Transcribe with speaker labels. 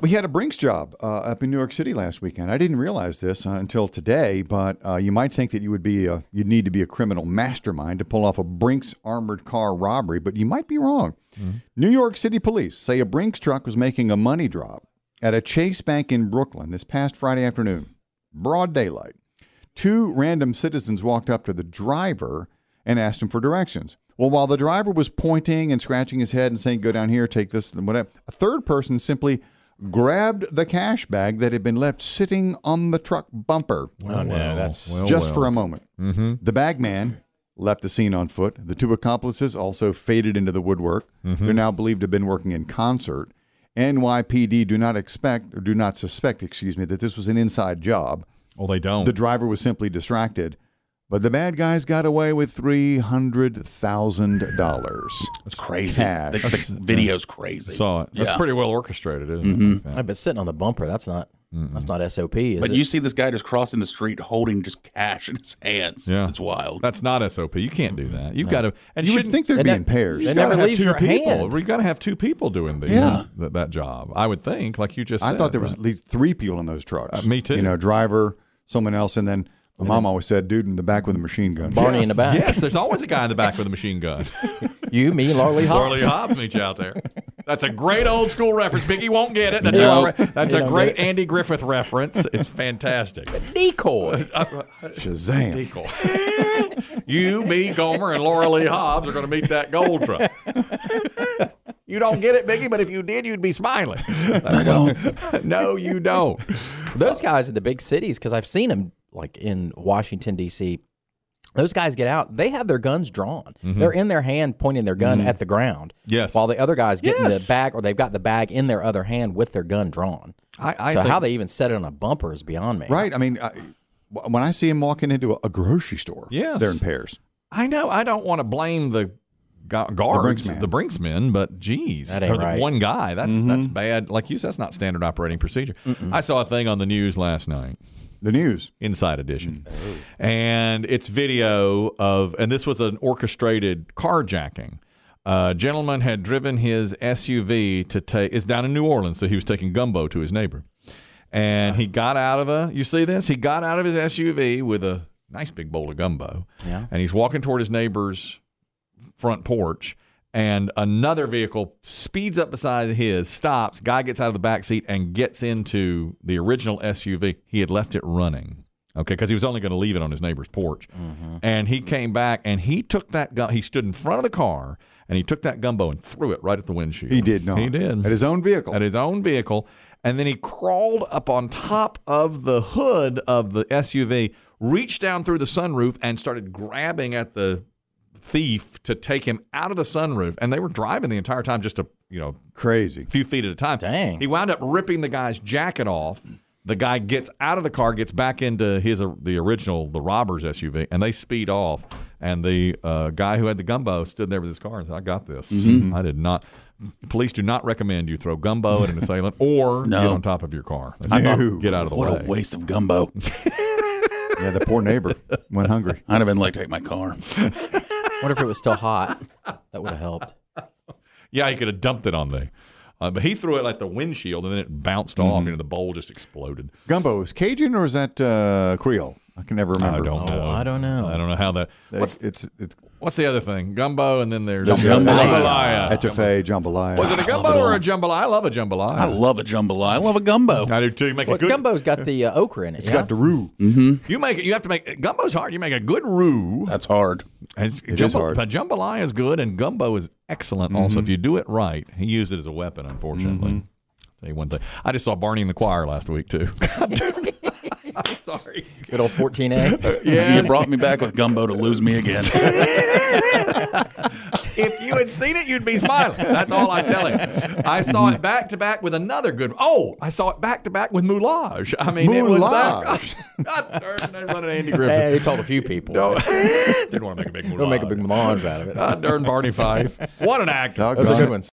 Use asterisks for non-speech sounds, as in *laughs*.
Speaker 1: We had a Brinks job uh, up in New York City last weekend. I didn't realize this uh, until today, but uh, you might think that you would be a, you'd need to be a criminal mastermind to pull off a Brinks armored car robbery, but you might be wrong. New York City police say a Brinks truck was making a money drop at a Chase Bank in Brooklyn this past Friday afternoon, broad daylight. Two random citizens walked up to the driver and asked him for directions. Well, while the driver was pointing and scratching his head and saying, go down here, take this, and whatever, a third person simply grabbed the cash bag that had been left sitting on the truck bumper
Speaker 2: Oh, no, that's-
Speaker 1: just for a moment. Mm-hmm. The bag man left the scene on foot. The two accomplices also faded into the woodwork. They're now believed to have been working in concert. NYPD do not expect or do not suspect, excuse me, that this was an inside job.
Speaker 3: Well, they don't.
Speaker 1: The driver was simply distracted, but the bad guys got away with three hundred thousand dollars.
Speaker 2: That's crazy.
Speaker 1: Cash.
Speaker 2: The, the video's crazy.
Speaker 3: Saw it. That's
Speaker 2: Yeah.
Speaker 3: pretty well orchestrated, isn't it?
Speaker 4: I bet sitting on the bumper, that's not that's not SOP, is
Speaker 2: But
Speaker 4: it?
Speaker 2: you see this guy just crossing the street holding just cash in his hands.
Speaker 3: Yeah.
Speaker 2: It's wild.
Speaker 3: That's not SOP. You can't do that. You've got to, and
Speaker 1: You
Speaker 3: you
Speaker 1: would think there'd
Speaker 4: And
Speaker 1: be
Speaker 4: that-
Speaker 1: in pairs.
Speaker 4: that-
Speaker 3: gotta
Speaker 4: never
Speaker 3: have
Speaker 4: leaves
Speaker 3: two
Speaker 4: your
Speaker 3: people.
Speaker 4: hand.
Speaker 3: You got to have two people doing the,
Speaker 1: Yeah.
Speaker 3: that, that job. I would think, like you just
Speaker 1: I
Speaker 3: said.
Speaker 1: thought there was
Speaker 3: but-
Speaker 1: at least three people in those trucks.
Speaker 3: Uh, me too.
Speaker 1: You know, driver, someone else, and then my mom always said, "Dude in the back with a machine gun."
Speaker 4: Barney in the back.
Speaker 3: Yes, there's always a guy in the back with a machine gun.
Speaker 4: You, me, Larley
Speaker 3: Charlie
Speaker 4: Hobbs.
Speaker 3: Hobbs meets you out there. That's a great old school reference. Biggie won't get it. That's a,
Speaker 4: No.
Speaker 3: re- that's
Speaker 4: You
Speaker 3: a
Speaker 4: don't
Speaker 3: great
Speaker 4: get it.
Speaker 3: Andy Griffith reference. It's fantastic.
Speaker 2: *laughs*
Speaker 4: Decoy.
Speaker 1: Shazam!
Speaker 3: Equal. you, me, Gomer, and Laura Lee Hobbs are going to meet that gold truck. *laughs* you don't get it, Biggie, but if you did, you'd be smiling. I don't. *laughs* no, you don't.
Speaker 4: Those guys in the big cities, because I've seen them like in Washington, D.C., those guys get out, they have their guns drawn. They're in their hand pointing their gun at the ground.
Speaker 3: Yes.
Speaker 4: While the other guys get in the
Speaker 3: Yes.
Speaker 4: bag or they've got the bag in their other hand with their gun drawn.
Speaker 3: I, I
Speaker 4: so
Speaker 3: think
Speaker 4: how they even set it on a bumper is beyond me.
Speaker 1: Right? I mean, I, when I see him walking into a, a grocery store,
Speaker 3: Yes.
Speaker 1: they're in pairs.
Speaker 3: I know I don't want to blame the gu- guards,
Speaker 1: Brinksman.
Speaker 3: the Brinksmen, but geez,
Speaker 4: That ain't
Speaker 3: or the
Speaker 4: right. Mm-hmm.
Speaker 3: one guy. That's that's bad. Like you said, that's not standard operating procedure. I saw a thing on the news last night,
Speaker 1: The news.
Speaker 3: Inside Edition, and it's video of, and this was an orchestrated carjacking. A gentleman had driven his SUV to take. It's down in New Orleans, so he was taking gumbo to his neighbor, and he got out of a. You see this? He got out of his SUV with a nice big bowl of gumbo,
Speaker 4: Yeah.
Speaker 3: and he's walking toward his neighbor's front porch and another vehicle speeds up beside his stops guy gets out of the back seat and gets into the original suv he had left it running okay because he was only going to leave it on his neighbor's porch
Speaker 1: Mm-hmm.
Speaker 3: and he came back and he took that gun he stood in front of the car and he took that gumbo and threw it right at the windshield
Speaker 1: He did not.
Speaker 3: he did
Speaker 1: At his own vehicle.
Speaker 3: at his own vehicle, and then he crawled up on top of the hood of the SUV, reached down through the sunroof, and started grabbing at the thief to take him out of the sunroof. And they were driving the entire time, just a you know
Speaker 1: Crazy.
Speaker 3: few feet at a time.
Speaker 4: Dang.
Speaker 3: He wound up ripping the guy's jacket off. The guy gets out of the car, gets back into his uh, the original the robber's SUV, and they speed off. And the uh, guy who had the gumbo stood there with his car and said, "I got this. I did not." Police do not recommend you throw gumbo at an assailant or
Speaker 2: No.
Speaker 3: get on top of your car. They
Speaker 2: I
Speaker 3: say,
Speaker 2: thought-
Speaker 3: get out of the
Speaker 2: what
Speaker 3: way.
Speaker 2: a waste of gumbo.
Speaker 1: Yeah, the poor
Speaker 3: *laughs*
Speaker 1: neighbor went hungry.
Speaker 2: I'd have been like, take my car.
Speaker 4: Wonder if it was still hot. That would have helped.
Speaker 3: Yeah, he could have dumped it on me, uh, but he threw it like the windshield, and then it bounced off. You know, the bowl just exploded.
Speaker 1: Gumbo is Cajun or is that uh, Creole? I can never remember.
Speaker 3: I don't know.
Speaker 4: I don't know.
Speaker 3: I don't know how that.
Speaker 1: It's, it's, it's
Speaker 3: What's the other thing? Gumbo, and then there's jambalaya.
Speaker 2: Jambalaya.
Speaker 1: etouffee, jambalaya.
Speaker 3: Was it a gumbo or a jambalaya? I love a jambalaya.
Speaker 2: I love a jambalaya. I love a gumbo.
Speaker 3: I do too. You make
Speaker 4: Well,
Speaker 3: a good
Speaker 4: gumbo's got the uh, okra in it.
Speaker 1: It's
Speaker 4: yeah?
Speaker 1: got the roux.
Speaker 3: You make it. You have to make gumbo's hard. You make a good roux.
Speaker 2: That's hard.
Speaker 3: And it's-
Speaker 1: is
Speaker 3: jumbo-
Speaker 1: hard. Mm-hmm.
Speaker 3: But jambalaya is good, and gumbo is excellent. Also, if you do it right, he used it as a weapon. Unfortunately,
Speaker 1: Mm-hmm.
Speaker 3: tell you one thing. I just saw Barney in the Choir last week
Speaker 1: *laughs*
Speaker 3: too. *laughs* I'm sorry.
Speaker 4: Good old 14A.
Speaker 2: *laughs* Yeah. You brought me back with gumbo to lose me again.
Speaker 3: If you had seen it, you'd be smiling. That's all I'm telling. you. I saw it back to back with another good. Oh, I saw it back to back with Moulage. I mean, it was *laughs*
Speaker 1: Moulage.
Speaker 3: that. God, darn, they're running Andy Griffith.
Speaker 4: hey, he told a few people.
Speaker 3: No. Didn't want to make a big
Speaker 4: Don't make a big melange out of it.
Speaker 3: God darn Barney Fife. What an actor.
Speaker 1: Doggone
Speaker 4: Those are
Speaker 1: it.
Speaker 4: good ones.